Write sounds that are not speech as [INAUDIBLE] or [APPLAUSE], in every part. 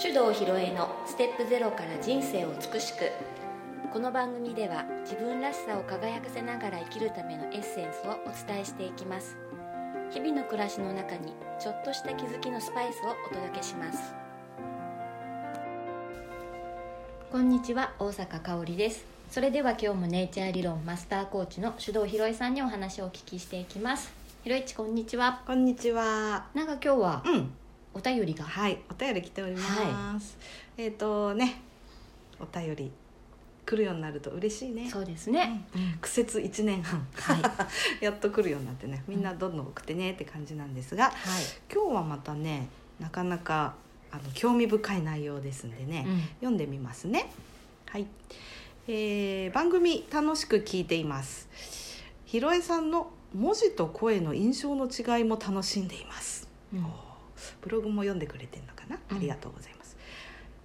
手動ひろえのステップゼロから人生を美しくこの番組では自分らしさを輝かせながら生きるためのエッセンスをお伝えしていきます日々の暮らしの中にちょっとした気づきのスパイスをお届けしますこんにちは大阪香織ですそれでは今日もネイチャー理論マスターコーチの手動ひろえさんにお話をお聞きしていきますひろいちこんにちはこんにちは。なんか今日はうん、お便りがはい、お便り来ております。えっ、とね、お便り来るようになると嬉しいね。そうですね、うん苦節一年半、はい [LAUGHS] やっと来るようになってね、みんなどんどん送ってねって感じなんですが、は今日はまたね、なかなかあの興味深い内容ですんでね、い、うん読んでみますね。はい、えー番組楽しく聞いています。ひろえさんの文字と声の印象の違いも楽しんでいます。うんブログも読んでくれてるのかな、うんありがとうございます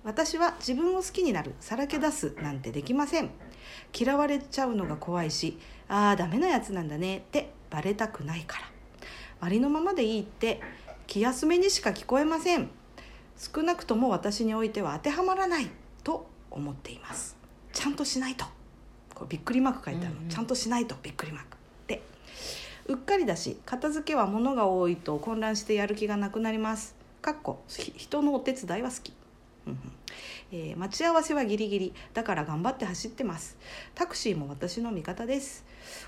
私は自分を好きになるさらけ出すなんてできません嫌われちゃうのが怖いしああダメなやつなんだねってバレたくないからありのままでいいって気休めにしか聞こえません少なくとも私においては当てはまらないと思っていますちゃんとしないとこれびっくりマーク書いてあるうの、んうんちゃんとしないとびっくりマークでうっかりだし片付けは物が多いと混乱してやる気がなくなりますかっこひ人のお手伝いは好きうんうんえー待ち合わせはギリギリだから頑張って走ってますタクシーも私の味方です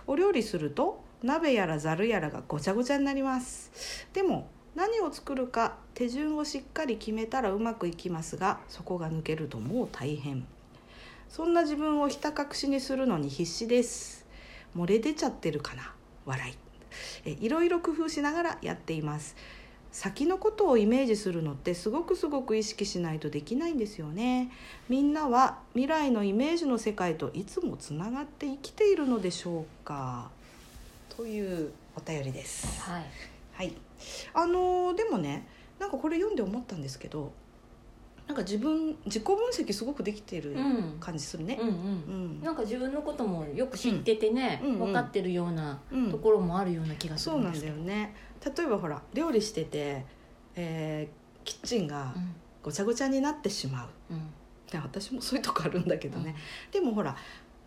お料理すると鍋やらざるやらがごちゃごちゃになりますでも何を作るか手順をしっかり決めたらうまくいきますがそこが抜けるともう大変そんな自分をひた隠しにするのに必死です漏れ出ちゃってるかな笑いえいろいろ工夫しながらやっています先のことをイメージするのってすごくすごく意識しないとできないんですよねみんなは未来のイメージの世界といつもつながって生きているのでしょうかというお便りですはい、はい、あのーでもねなんかこれ読んで思ったんですけどなんか自分自己分析すごくできてるうん、感じするねう。んううんんなんか自分のこともよく知っててね、うんうんうん分かってるようなうんところもあるような気がすそるうんなでんすだけよど、ね例えばほら料理してて、えーキッチンがごちゃごちゃになってしまう、うんうんで私もそういうとこあるんだけどね、でもほら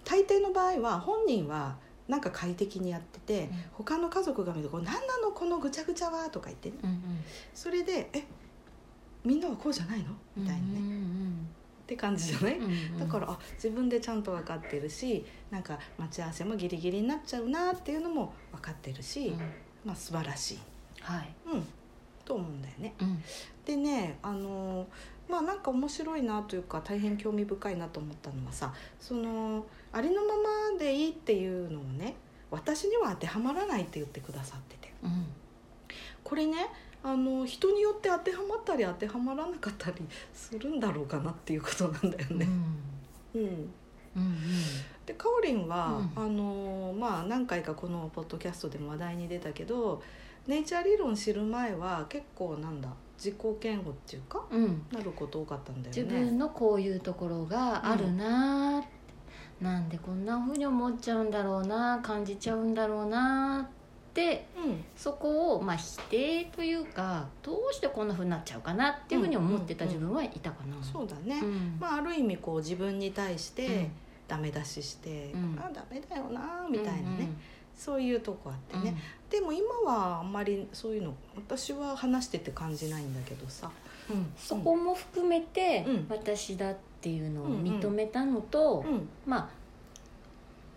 大抵の場合は本人はなんか快適にやってて、ん他の家族が見て「これ何なのこのぐちゃぐちゃは」とか言ってねうんうんそれで「えみんなはこうじゃないの?」みたいなね、うっんて感じじゃない、うんうんうんうんだからあ自分でちゃんと分かってるしなんか待ち合わせもギリギリになっちゃうなっていうのも分かってるし、うんまあ素晴らしい、はい、うん、と思うんだよね。うんでねあのーまあなんか面白いなというか大変興味深いなと思ったのはさそのありのままでいいっていうのをね私には当てはまらないって言ってくださっててうんこれねあの人によって当てはまったり当てはまらなかったりするんだろうかなっていうことなんだようんね。うんうんうんでかおりんは、うんあのまあ何回かこのポッドキャストでも話題に出たけどネイチャー理論知る前は結構なんだ自己嫌悪っていうかうんなること多かったんだ自よね。分のこういうところがあるなーって、なんでこんな風に思っちゃうんだろうな感じちゃうんだろうなってうんそこをまあ否定というかどうしてこんな風になっちゃうかなっていう風に思ってた自分はいたかな、そうだね、うんまあある意味こう自分に対しうんてダメ出しして、うんあダメだよなみたいなね、そういうとこあってうんうんね、でも今はあんまりそういうの私は話してて感じないんだけどさ、うんそこも含めてうん私だっていうのを認めたのと、うん、まあ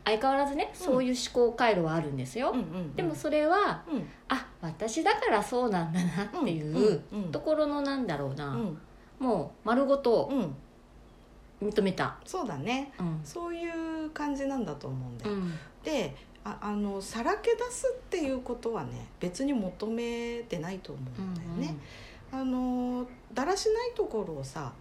相変わらずねそういう思考回路はあるんですよ、うんうんうんでもそれはうんあ私だからそうなんだなっていううんうんうんところのなんだろうな、うんもう丸ごとうん認めた、そうだねうんそういう感じなんだと思うんだうよ、んでああのさらけ出すっていうことはね別に求めてないと思うんだよね、あのだらしないところをさ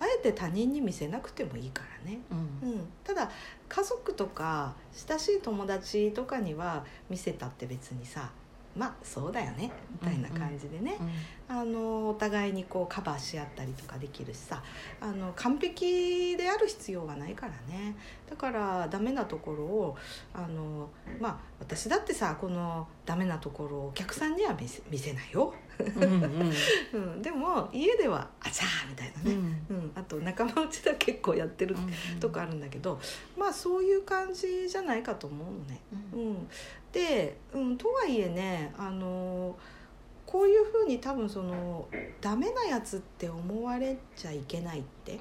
あえて他人に見せなくてもいいからね、うんうんうん、ただ家族とか親しい友達とかには見せたって別にさまあそうだよねみたいな感じでね、うんあのお互いにこうカバーし合ったりとかできるしさあの完璧である必要はないからねだからダメなところをあのまあ私だってさこのダメなところをお客さんには見せ見せないよ、うんうんうん、でも家では「あちゃー」みたいなうね、んうんあと仲間内では結構やってるとかあるんだけど、まあそういう感じじゃないかと思うのね。うんうん、で、うん、とはいえねあのこういうふうに多分そのダメなやつって思われちゃいけないって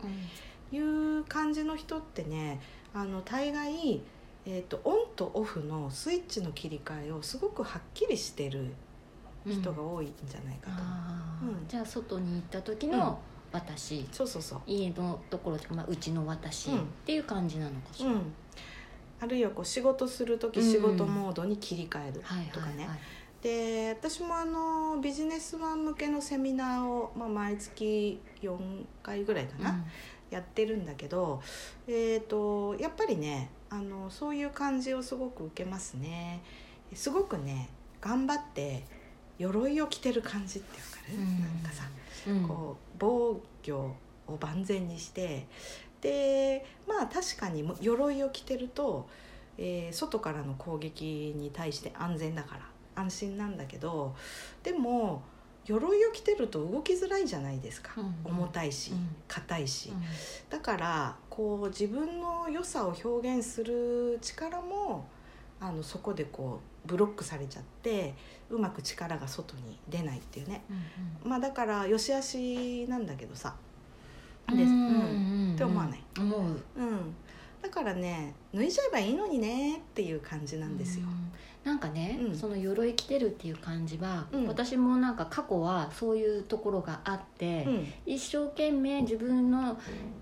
いう感じの人ってねあの大概、えー、とオンとオフのスイッチの切り替えをすごくはっきりしてるうん人が多いんじゃないかと、あーうんじゃあ外に行った時の私、そうそうそう、家のところとか、まあ、うちの私っうんていう感じなのかしうら、ん、あるいはこう仕事する時仕事モードに切り替えるはいはいはいとかね、で私もあのビジネスマン向けのセミナーを、まあ、毎月4回ぐらいかな、やってるんだけど、えー、とやっぱりねあのそういう感じをすごく受けますねすごくね頑張って鎧を着てる感じってわかる、うんなんかさうんうんこう防御を万全にしてでまあ確かにも鎧を着てると、えー外からの攻撃に対して安全だから安心なんだけどでも鎧を着てると動きづらいじゃないですか、うんうん重たいしうん硬いし、うんだからこう自分の良さを表現する力もあのそこでこうブロックされちゃってうまく力が外に出ないっていうねうんまあだから良し悪しなんだけどさうんでうすんうんうんうんって思わない思ううんだからね脱いじゃえばいいのにねっていう感じなんですよう。んなんかね、うんその鎧着てるっていう感じは、うん私もなんか過去はそういうところがあって、うん一生懸命自分の、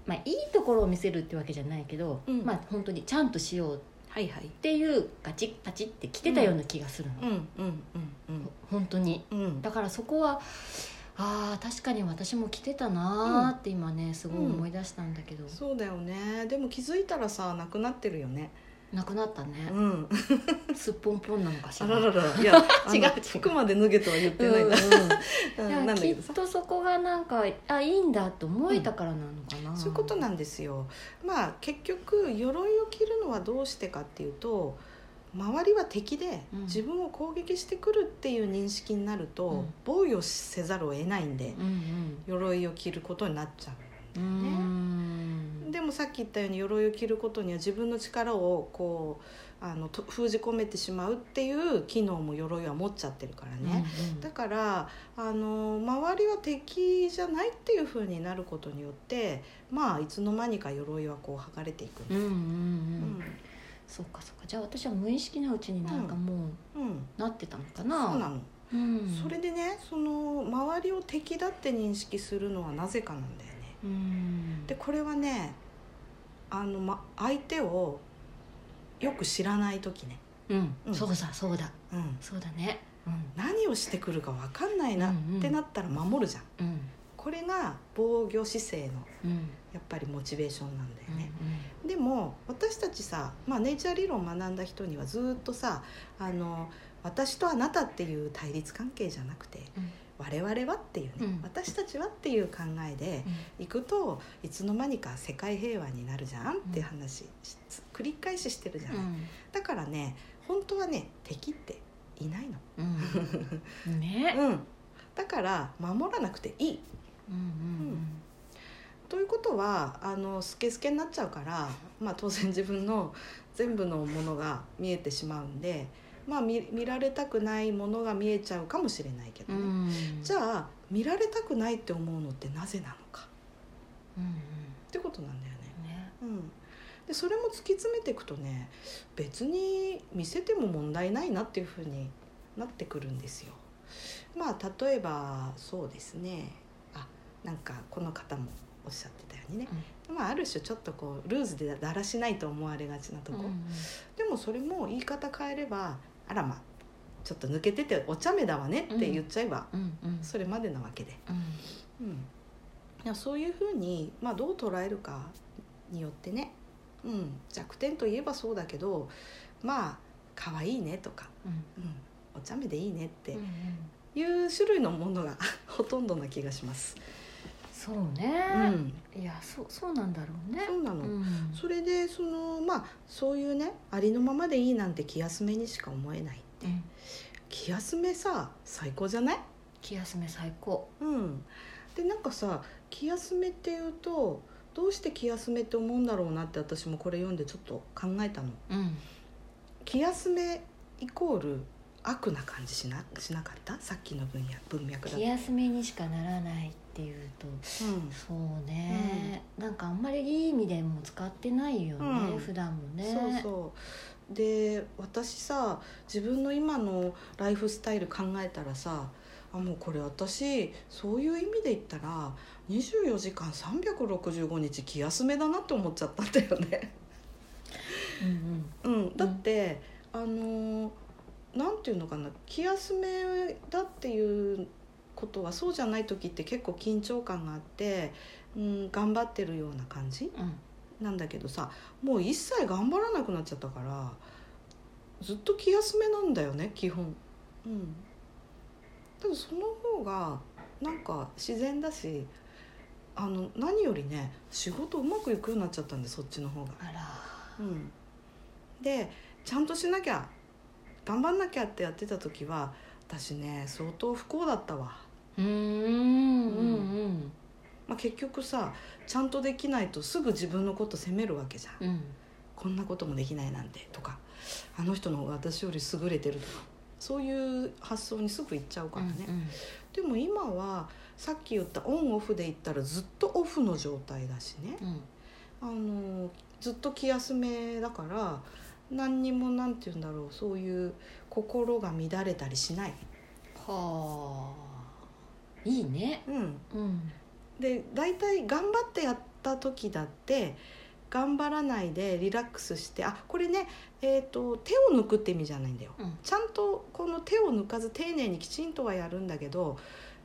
まあ、いいところを見せるってわけじゃないけど、うんまあ本当にちゃんとしようっはいはい。ていうガチッパチって着てたような気がするの、うんうんうん本当にうんうん。だからそこはあー確かに私も着てたなーって今ねすごい思い出したんだけど、そうだよね。でも気づいたらさなくなってるよね。なくなったねうん。すっぽんぽんなのかしあらららら。いや [LAUGHS] 違うあ違のう服まで脱げとは言ってないうんな。うんうんい [LAUGHS] なやんだきけっどさ。とそこがなんかあいいんだと思えたからなのかな、そういうことなんですよ。まあ結局鎧を着るのはどうしてかっていうと周りは敵でうん自分を攻撃してくるっていう認識になると、うん防御せざるを得ないんでうん鎧を着ることになっちゃうんうーう。んでもさっき言ったように鎧を着ることには自分の力をこうあのと封じ込めてしまうっていう機能も鎧は持っちゃってるからね。うんうんだからあの周りは敵じゃないっていう風になることによってまあいつの間にか鎧はこう剥がれていくんうんうんうん、うんそうかそうかじゃあ私は無意識のうちになんかもううんなってたのかそな、うなの、うんそれでねその周りを敵だって認識するのはなぜかなんだよねうんでこれはねあの、ま、相手をよく知らない時ね、うん、うんそうだそうだうん、そうだねうん何をしてくるか分かんないなうっんうんてなったら守るじゃん、うんこれが防御姿勢のうんやっぱりモチベーションなんだよね、うでも私たちさ、まあ、ネイチャー理論を学んだ人にはずっとさあの私とあなたっていう対立関係じゃなくてん我々はっていうね、うん私たちはっていう考えでいくといつの間にか世界平和になるじゃんって話、し繰り返ししてるじゃ、うんだからね本当はね敵っていないの、んうんねうん、だから守らなくていいうんうんということはあのスケスケになっちゃうから、まあ、当然自分の全部のものが見えてしまうんで、まあ、見見られたくないものが見えちゃうかもしれないけどうね、んじゃゃあ見られたくないって思うのってなぜなのかうんってことなんだよね。うんねうん、でそれも突き詰めていくとね別に見せても問題ないなっていうふうになってくるんですよ。まあ例えばそうですねあなんかこの方もおっしゃってたようにね、まあ、ある種ちょっとこうルーズでだらしないと思われがちなとこ、うんうんでもそれも言い方変えればあらまあちょっと抜けててお茶目だわねって言っちゃえば、うんうんそれまでなわけで。うんうん、いやそういうふうに、まあ、どう捉えるかによってね、うん、弱点といえばそうだけどまあ可愛いねとか、うんうん、お茶目でいいねってうんうんいう種類のものが [LAUGHS] ほとんどな気がします。そううね、ん、いやそうそうなんだろうねそうなの、んそれでそのまあそういうねありのままでいいなんて気休めにしか思えないうん気休めさ最高じゃない気休め最高うん、でなんかさ気休めっていうとどうして気休めって思うんだろうなって私もこれ読んでちょっと考えたのうん気休めイコール悪な感じしなしなかったさっきの文や文脈気だと、休めにしかならないっていうとそうね、なんかあんまりいい意味でも使ってないよね、うん普段もうんねそうそうで私さ自分の今のライフスタイル考えたらさあもうこれ私そういう意味で言ったら24時間365日気休めだなって思っちゃったんだよね。うんうんうん、だって、あのーなんていうのかな気休めだっていうことはそうじゃない時って結構緊張感があって、うん、頑張ってるような感じうんなんだけどさもう一切頑張らなくなっちゃったからずっと気休めなんだよね基本。うん、でもその方がなんか自然だしあの何よりね仕事うまくいくようになっちゃったんでそっちの方が。あうん、でちゃんとしなきゃ頑張んなきゃってやってた時は私ね相当不幸だったわ、らうんうんうんまあ、結局さちゃんとできないとすぐ自分のこと責めるわけじゃん、うんこんなこともできないなんてとかあの人の方が私より優れてるとかそういう発想にすぐいっちゃうからね、うんでも今はさっき言ったオンオフで言ったらずっとオフの状態だしね、うんあのずっと気休めだから何にもなんて言うんだろうそういう心が乱れたりしない、はあいいねうん、うんで大体頑張ってやった時だって頑張らないでリラックスしてあこれね、えー、と手を抜くって意味じゃないんだようんちゃんとこの手を抜かず丁寧にきちんとはやるんだけど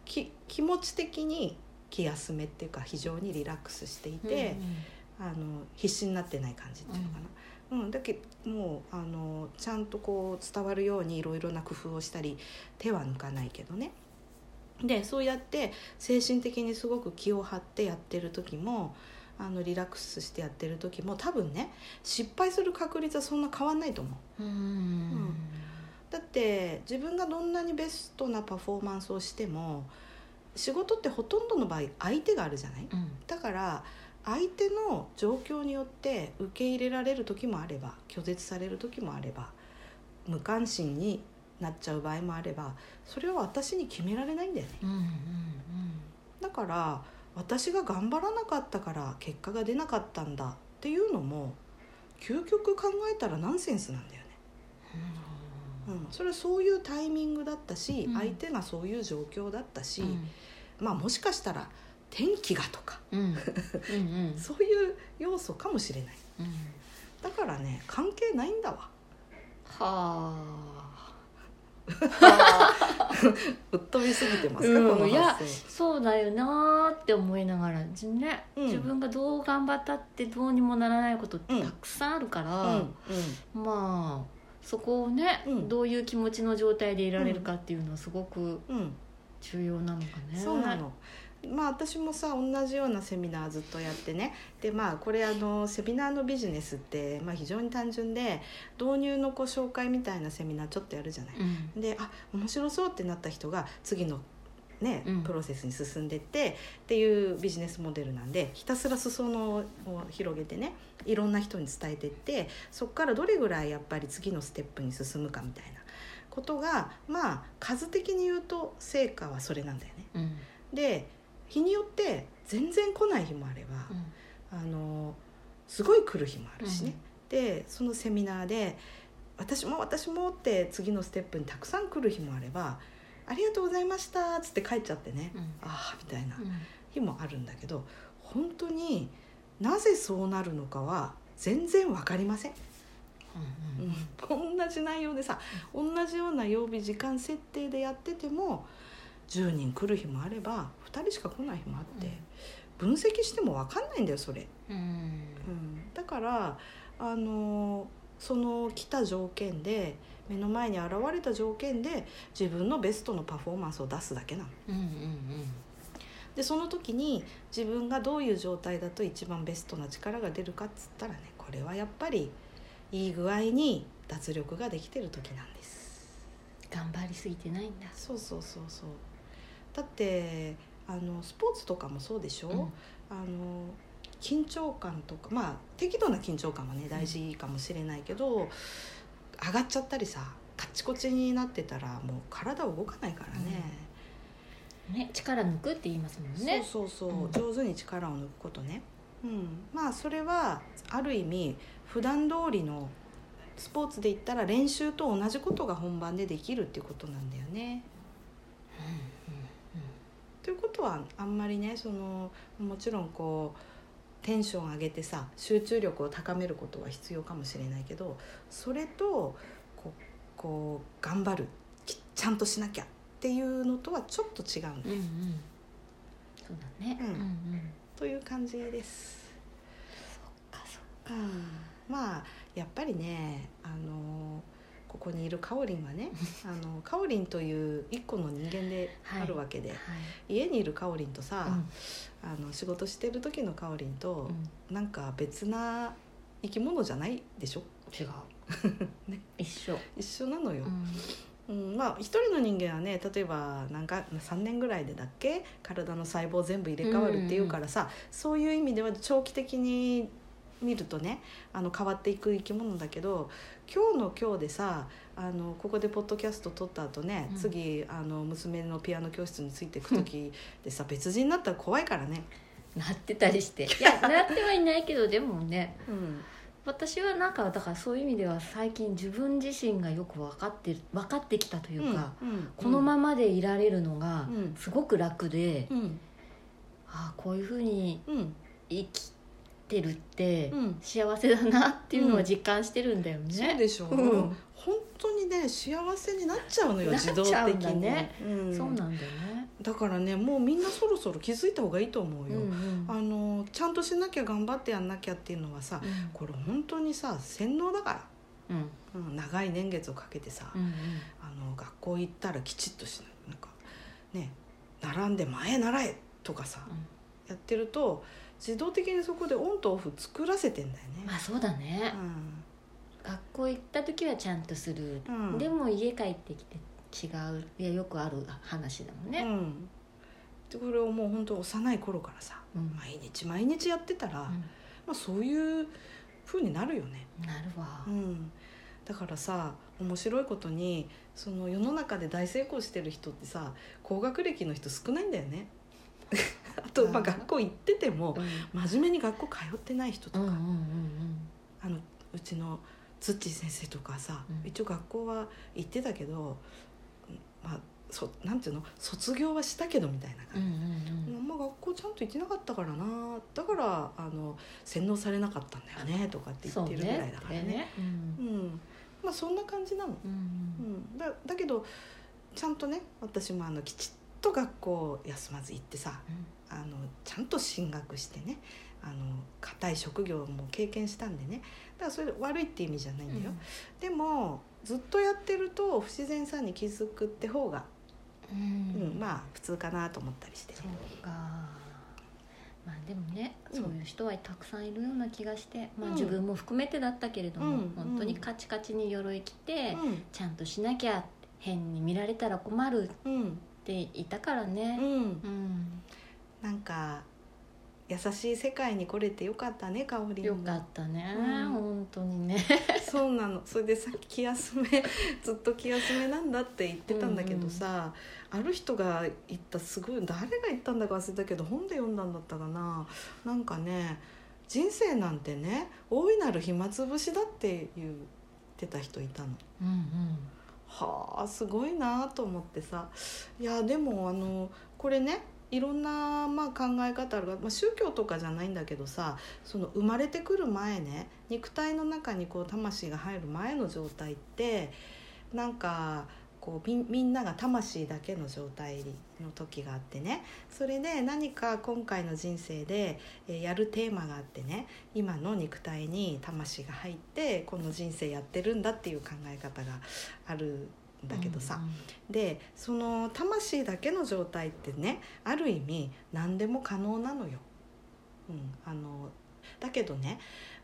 き気持ち的に気休めっていうか非常にリラックスしていて。あの必死になってない感じっていうのかな、うんだけどもうあのちゃんとこう伝わるようにいろいろな工夫をしたり手は抜かないけどねでそうやって精神的にすごく気を張ってやってる時もあのリラックスしてやってる時も多分ね失敗する確率はそんな変わんないと思う。うんうんだって自分がどんなにベストなパフォーマンスをしても仕事ってほとんどの場合相手があるじゃないうんだから相手の状況によって受け入れられる時もあれば拒絶される時もあれば無関心になっちゃう場合もあればそれは私に決められないんだよねうんうんうんだから私が頑張らなかったから結果が出なかったんだっていうのも究極考えたらナンセンスなんだよね、うん、それはそういうタイミングだったし、うん相手がそういう状況だったし、うんまあもしかしたら天気がとかうんうんうんそういう要素かもしれない。うんだからね関係ないんだわはあ [LAUGHS] ぶっ飛びすぎてますか、うんこいのや発想そうだよなーって思いながらね、うん自分がどう頑張ったってどうにもならないことってうんたくさんあるかうら、んまあそこをね、うんどういう気持ちの状態でいられるかっていうのはすごくうんうん重要なのかね。そうなのまあ私もさ同じようなセミナーずっとやってねでまあこれあのセミナーのビジネスって、まあ、非常に単純で導入のこう紹介みたいなセミナーちょっとやるじゃない。うんであ面白そうってなった人が次のねうんプロセスに進んでってっていうビジネスモデルなんでひたすら裾野を広げてねいろんな人に伝えてってそこからどれぐらいやっぱり次のステップに進むかみたいなことがまあ数的に言うと成果はそれなんだよね。うんで日によって全然来ない日もあれば、うんあのすごい来る日もあるしね、でそのセミナーで「私も私も」って次のステップにたくさん来る日もあれば「ありがとうございました」っつって帰っちゃってね、うんああみたいなうん日もあるんだけど本当になぜそうなるのかは全然わかりません、うん同じ内容でさ同じような曜日時間設定でやってても10人来る日もあれば2人しか来ない日もあって、分析してもわかんないんだよそれ。うんうんうんだからあのーその来た条件で目の前に現れた条件で自分のベストのパフォーマンスを出すだけなの。うんうんでその時に自分がどういう状態だと一番ベストな力が出るかっつったらねこれはやっぱりいい具合に脱力ができてる時なんです。頑張りすぎてないんだそうそうそうそうだってあのスポーツとかもそうでしょ、うんあの緊張感とかまあ適度な緊張感はね大事かもしれないけど、上がっちゃったりさカッチコチになってたらもう体動かないからね、ね力抜くって言いますもんねそうそううんそう、上手に力を抜くことね、うん、まあそれはある意味普段通りのスポーツで言ったら練習と同じことが本番でできるっていうことなんだよね。ということはあんまりねそのもちろんこうテンション上げてさ集中力を高めることは必要かもしれないけどそれとこうこう頑張るきちゃんとしなきゃっていうのとはちょっと違うんうんうんだうんうんそうだねうんうんうんという感じです。かそうん、まあやっぱりねあのここにいるかおりんは [LAUGHS] ねあのかおりんという一個の人間であるわけで、はい家にいるかおりんとさ、うんあの仕事してる時のかおりんと、うんなんか別な生き物じゃないでしょ違うね [LAUGHS] 一緒一緒なのよう、んうんまあ一人の人間はね例えばなんか3年ぐらいでだっけ体の細胞全部入れ替わるっていうからさ、そういう意味では長期的に見るとねあの変わっていく生き物だけど今日の今日でさあのここでポッドキャスト撮った後ね、うん次あの娘のピアノ教室についていく時でさ別人になったら怖いからね。なってたり [LAUGHS] していやなってはいないけどでもねうん私はなんかだからそういう意味では最近自分自身がよく分かってる分かってきたというか、うんうんこのままでいられるのがうんすごく楽で、うんああこういうふうにうん生きてるってうん幸せだなっていうのを実感してるんだよそうね。でしょう、うん本当にね幸せになっちゃうのよなっち自動的ゃうんだにねうんそうなんだよね。だからねもうみんなそろそろ気づいた方がいいと思ううんよ、うんあのちゃんとしなきゃ頑張ってやんなきゃっていうのはさうんこれ本当にさ洗脳だかうんら、うん、長い年月をかけてさ、うんあの学校行ったらきちっとしないなんかね並んで前へ習えとかさ、うんやってると自動的にそこでオンとオフ作らせてんだよね、まあそうだね。学校行った時はちゃんとする。うんでも家帰ってきて違う。いやよくある話だもんうね。ん、うん、でこれをもう本当幼い頃からさうん毎日毎日やってたら、まうあ、そういう風になるよね、んなるわう。ん、だからさ面白いことにその世の中で大成功してる人ってさ高学歴の人少ないんだよね [LAUGHS] あと、まあ、うん学校行っててもうん真面目に学校通ってない人とうんか、うんうんあのうちのツッチー先生とかさ、うん一応学校は行ってたけどまあそなんていうの卒業はしたけどみたいな感じうんうんうんうんあんま学校ちゃんと行ってなかったからなだからあの洗脳されなかったんだよねとかって言ってるぐらいだからねそうねうんうん、まあそんな感じなの、うんううんん、だだけどちゃんとね私もあのきちっと学校休まず行ってさあのちゃんと進学してねあの固い職業も経験したんでねだからそれで悪いって意味じゃないんだよ、でもずっとやってると不自然さに気づくって方が、うんうんあまあ普通かなと思ったりしてねそうかまあでもね、うんそういう人はたくさんいるような気がして、まあ、うん自分も含めてだったけれども、うん本当にカチカチに鎧着て、うんちゃんとしなきゃ変に見られたら困るうんっていたからねうん、うん、なんか優しい世界に来れてよかったね香りよかったね、うん本当にねそうなのそれでさっき気休めずっと気休めなんだって言ってたんだけどさ、ある人が言ったすごい誰が言ったんだか忘れたけど本で読んだんだったかななんかね人生なんてね大いなる暇つぶしだって言ってた人いたの。うんはあすごいなと思ってさいやでもあのこれねいろんな、まあ、考え方あるが、まあ、宗教とかじゃないんだけどさその生まれてくる前ね肉体の中にこう魂が入る前の状態ってなんかここうみみんなが魂だけの状態の時があってねそれで何か今回の人生で、えーやるテーマがあってね今の肉体に魂が入ってこの人生やってるんだっていう考え方があるんだけどさ、でその魂だけの状態ってねある意味何でも可能なのよ。うん、あのだけどね、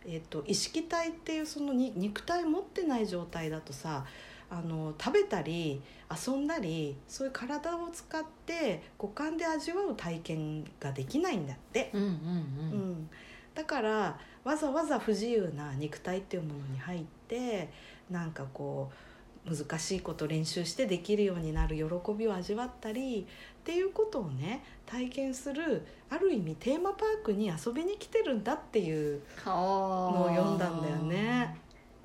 えっと意識体っていうそのに肉体持ってない状態だとさあの食べたり遊んだりそういう体を使って五感で味わう体験ができないんだって、うんうんううんん、だからわざわざ不自由な肉体っていうものに入ってなんかこう難しいこと練習してできるようになる喜びを味わったりっていうことをね体験するある意味テーマパークに遊びに来てるんだっていうのもを読んだんだよね。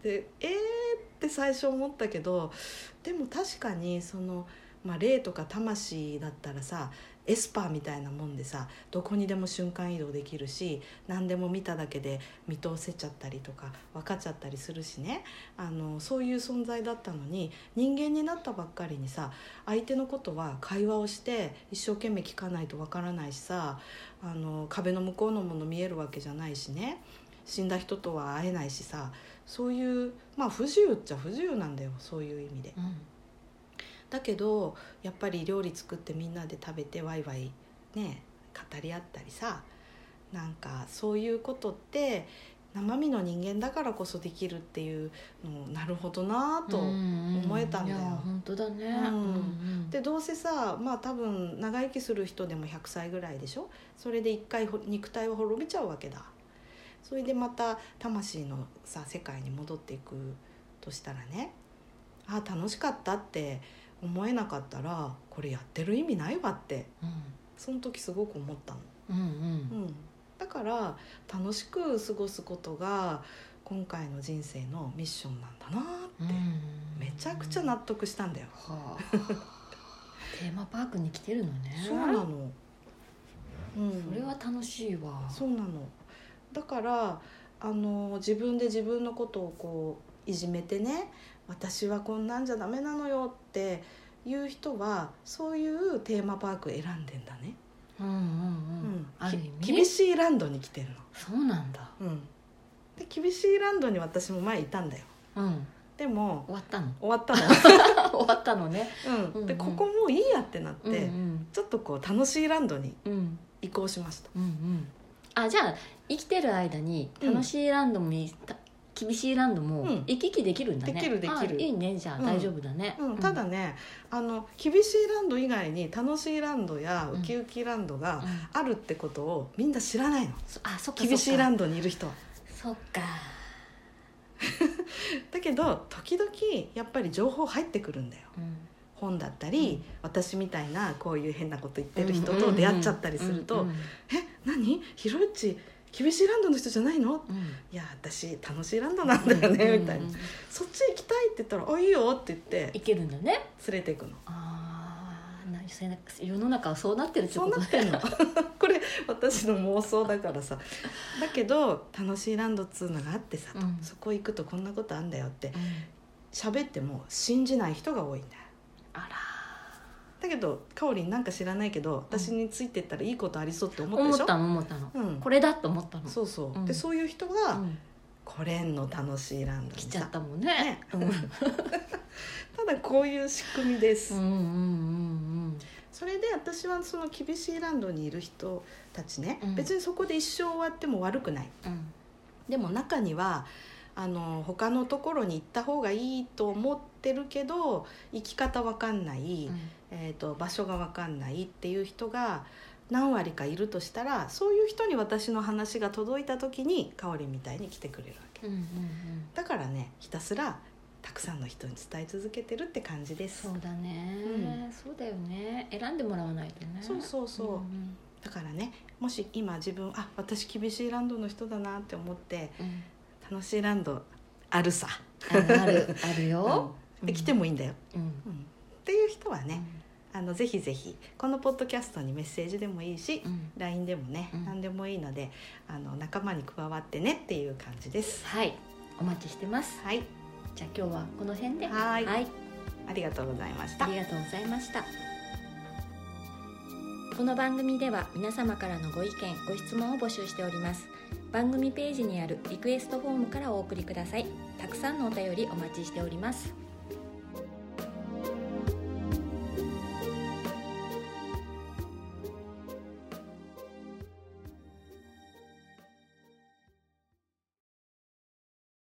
でえーって最初思ったけどでも確かにその、まあ、霊とか魂だったらさエスパーみたいなもんでさどこにでも瞬間移動できるし何でも見ただけで見通せちゃったりとか分かっちゃったりするしねあのそういう存在だったのに人間になったばっかりにさ相手のことは会話をして一生懸命聞かないと分からないしさあの壁の向こうのもの見えるわけじゃないしね死んだ人とは会えないしさそういうまあ不自由っちゃ不自由なんだよそういう意味で。うんだけどやっぱり料理作ってみんなで食べてワイワイね語り合ったりさなんかそういうことって生身の人間だからこそできるっていうのをなるほどなぁと。思えたんだよいや本当だね、うんうんうんでどうせさまあ多分長生きする人でも100歳ぐらいでしょそれで一回ほ肉体は滅びちゃうわけだそれでまた魂のさ世界に戻っていくとしたらねあ楽しかったって思えなかったらこれやってる意味ないわってその時すごく思ったの、うんうんううんん、だから楽しく過ごすことが今回の人生のミッションなんだなってめちゃくちゃ納得したんだよ、はあテーマパークに来てるのねそうなの、うん、それは楽しいわそうなのだからあの自分で自分のことをこういじめてね私はこんなんじゃダメなのよっていう人はそういうテーマパーク選んでんだね、うんうんううんんある意き味厳しいランドに来てるそうなんだの、うん、で厳しいランドに私も前いたんだようんでも終わった [LAUGHS] の終わった終わったのねの、うん、でうんここもういいやってなって、うんうんちょっとこう楽しいランドにうん移行しましたうんうんあじゃあ生きてる間に楽しいランドも、た厳しいランドもうん行き来できるんだね、できるできるあいいねじゃあ、うん大丈夫だね、うん、ただうんね、あの厳しいランド以外に楽しいランドやウキウキランドがあるってことをみんな知らないの、そあそっか厳しいランンドにいる人はそっかだけど時々やっぱり情報入ってくるんだようん本だったり、私みたいなこういう変なこと言ってる人と出会っちゃったりするとう「んうんえ何ひろっち厳しいランドの人じゃないうの?んうん」いや私楽しいランドなんだよね」みたいな、うんうんうんそっち行きたい」って言ったら「あいいよ」って言っていけるんだね連れていくの。ああなせな世の中はそうなってるってそこうとなねってんの [LAUGHS] これ私の妄想だからさだけど楽しいランドっつうのがあってさ、とうんそこ行くとこんなことあんだよってうん喋っても信じない人が多いんだよあだけどかおりんなんか知らないけど私についてったらいいことありそうってら思った思でっしょたの思ったの、うん、これだと思ったのそうそう、うんでそういう人が、うんこれんの楽しいランドに来さちゃったもんねねうんうんただこういう仕組みです、うんうんそれで私はその厳しいランドにいる人たちね、うん別にそこで一生終わっても悪くないうんでも中にはあの他のところに行った方がいいと思ってるけど行き方わかんない、えー、と場所がわかんないっていう人が何割かいるとしたらそういう人に私の話が届いた時に香りみたいに来てくれるわけうんうんうんだからねひたすらたくさんの人に伝え続けてるって感じですそうだね、うそうだよね選んでもらわないとねそうそうそううんだからねもし今自分あ私厳しいランドの人だなって思ってうんうん楽しいランドあるさ、あるあるあるよ、うんで来てもいいんだよ、うんうんっていう人はね、あのぜひぜひこのポッドキャストにメッセージでもいいし、うん LINE でもね、うん何でもいいのであの仲間に加わってねっていう感じです。はいお待ちしてますはい、じゃあ今日はこの辺ではいはいあありがとうございましあたりがとうございましたこの番組では皆様からのご意見ご質問を募集しております番組ページにあるリクエストフォームからお送りくださいたくさんのお便りお待ちしております